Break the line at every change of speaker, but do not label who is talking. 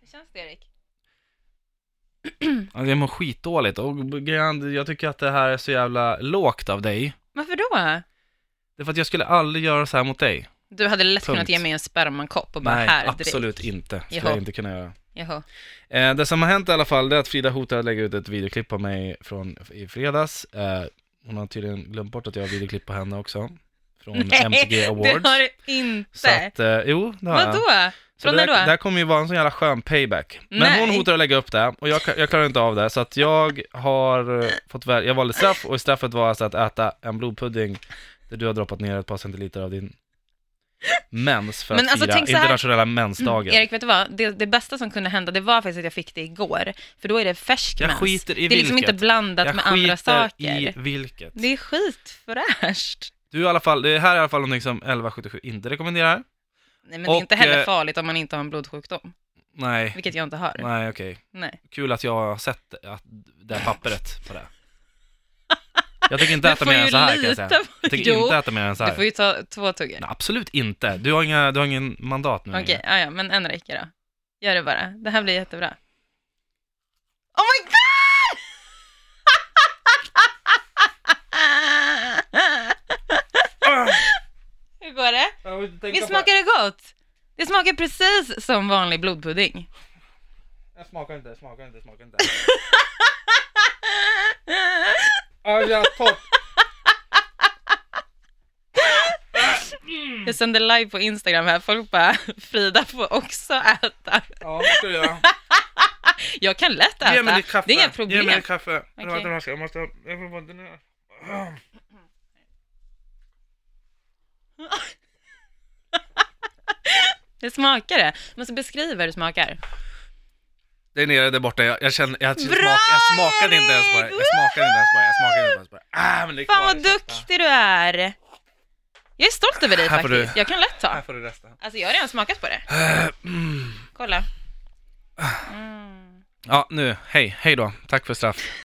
Hur känns det Erik?
Alltså, jag mår skitdåligt och grejen- jag tycker att det här är så jävla lågt av dig.
Varför då?
Det är för att jag skulle aldrig göra så här mot dig.
Du hade lätt
Punkt.
kunnat ge mig en spermankopp och bara
Nej,
här
absolut
drick.
inte. Skulle
Jaha.
jag inte kunna göra.
Jaha.
Eh, det som har hänt i alla fall, det är att Frida hotade att lägga ut ett videoklipp på mig från i fredags. Eh, hon har tydligen glömt bort att jag har videoklipp på henne också. Från MTG Awards.
det har du inte.
Så att, eh, jo, det har jag.
Vadå?
Så
Från
det,
när
där, det
då?
här kommer ju vara en sån jävla skön payback. Men
Nej.
hon hotar att lägga upp det och jag, jag klarar inte av det. Så att jag har eh, fått väl, jag valde straff och straffet var alltså att äta en blodpudding där du har droppat ner ett par centiliter av din mens för
Men
att
alltså,
fira
tänk så här-
internationella mensdagen.
Mm, Erik, vet du vad? Det, det bästa som kunde hända, det var faktiskt att jag fick det igår. För då är det färsk
Jag
mens.
skiter i
Det är liksom
vilket.
inte blandat
jag
med andra
skiter
saker.
i vilket.
Det är skitfräscht.
Du i alla fall, det här är i alla fall någonting som 1177 inte rekommenderar.
Nej, men det
Och,
är inte heller
eh,
farligt om man inte har en blodsjukdom,
Nej,
vilket jag inte har. Nej.
nej okej. Kul att jag har sett att det här papperet på det. Jag tänker inte
Du
äta
får
mer än
ju
så här kan jag säga.
lita på-
Jag tänker
Jo,
inte äta mer än så här.
Du får ju ta två tuggor.
Nej, absolut inte. Du har, inga, du har ingen mandat nu
Okej,
längre.
okay, ja, ja, men en räcker då. Gör det bara. Det här blir jättebra. Oh my god!
Ah!
Hur går det?
Jag vill inte tänka
Visst
på
smakar det gott? Det smakar precis som vanlig blodpudding.
det. Jag smakar inte, jag smakar inte, jag smakar inte. Ah, jag topp. Mm.
Jag sänder live på Instagram här, folk bara Frida får också äta.
Ja, det ska du göra.
Jag kan lätt
Ge mig
äta,
ditt kaffe.
det är inga
Ge mig
problem.
ditt kaffe. Eller
Okej.
vänta, jag ska- Jag måste... Jag får bara den här.
Det smakar det. Du måste beskriva hur det smakar.
Det är nere där borta, jag, jag känner... Jag, jag,
Bra,
smak, jag smakade inte ens på det.
Erik!
Jag smakade inte ens på det. Jag smakade inte ens på det. Ah, men det är
Fan
kvar
vad
i käften.
duktig du är! Jag är stolt över dig
Här får du-
faktiskt, jag kan lätt
Här
ta.
får du resten.
Alltså jag har redan smakat på det. Kolla. Mm.
Ja, nu. Hej. Hej då. Tack för straff.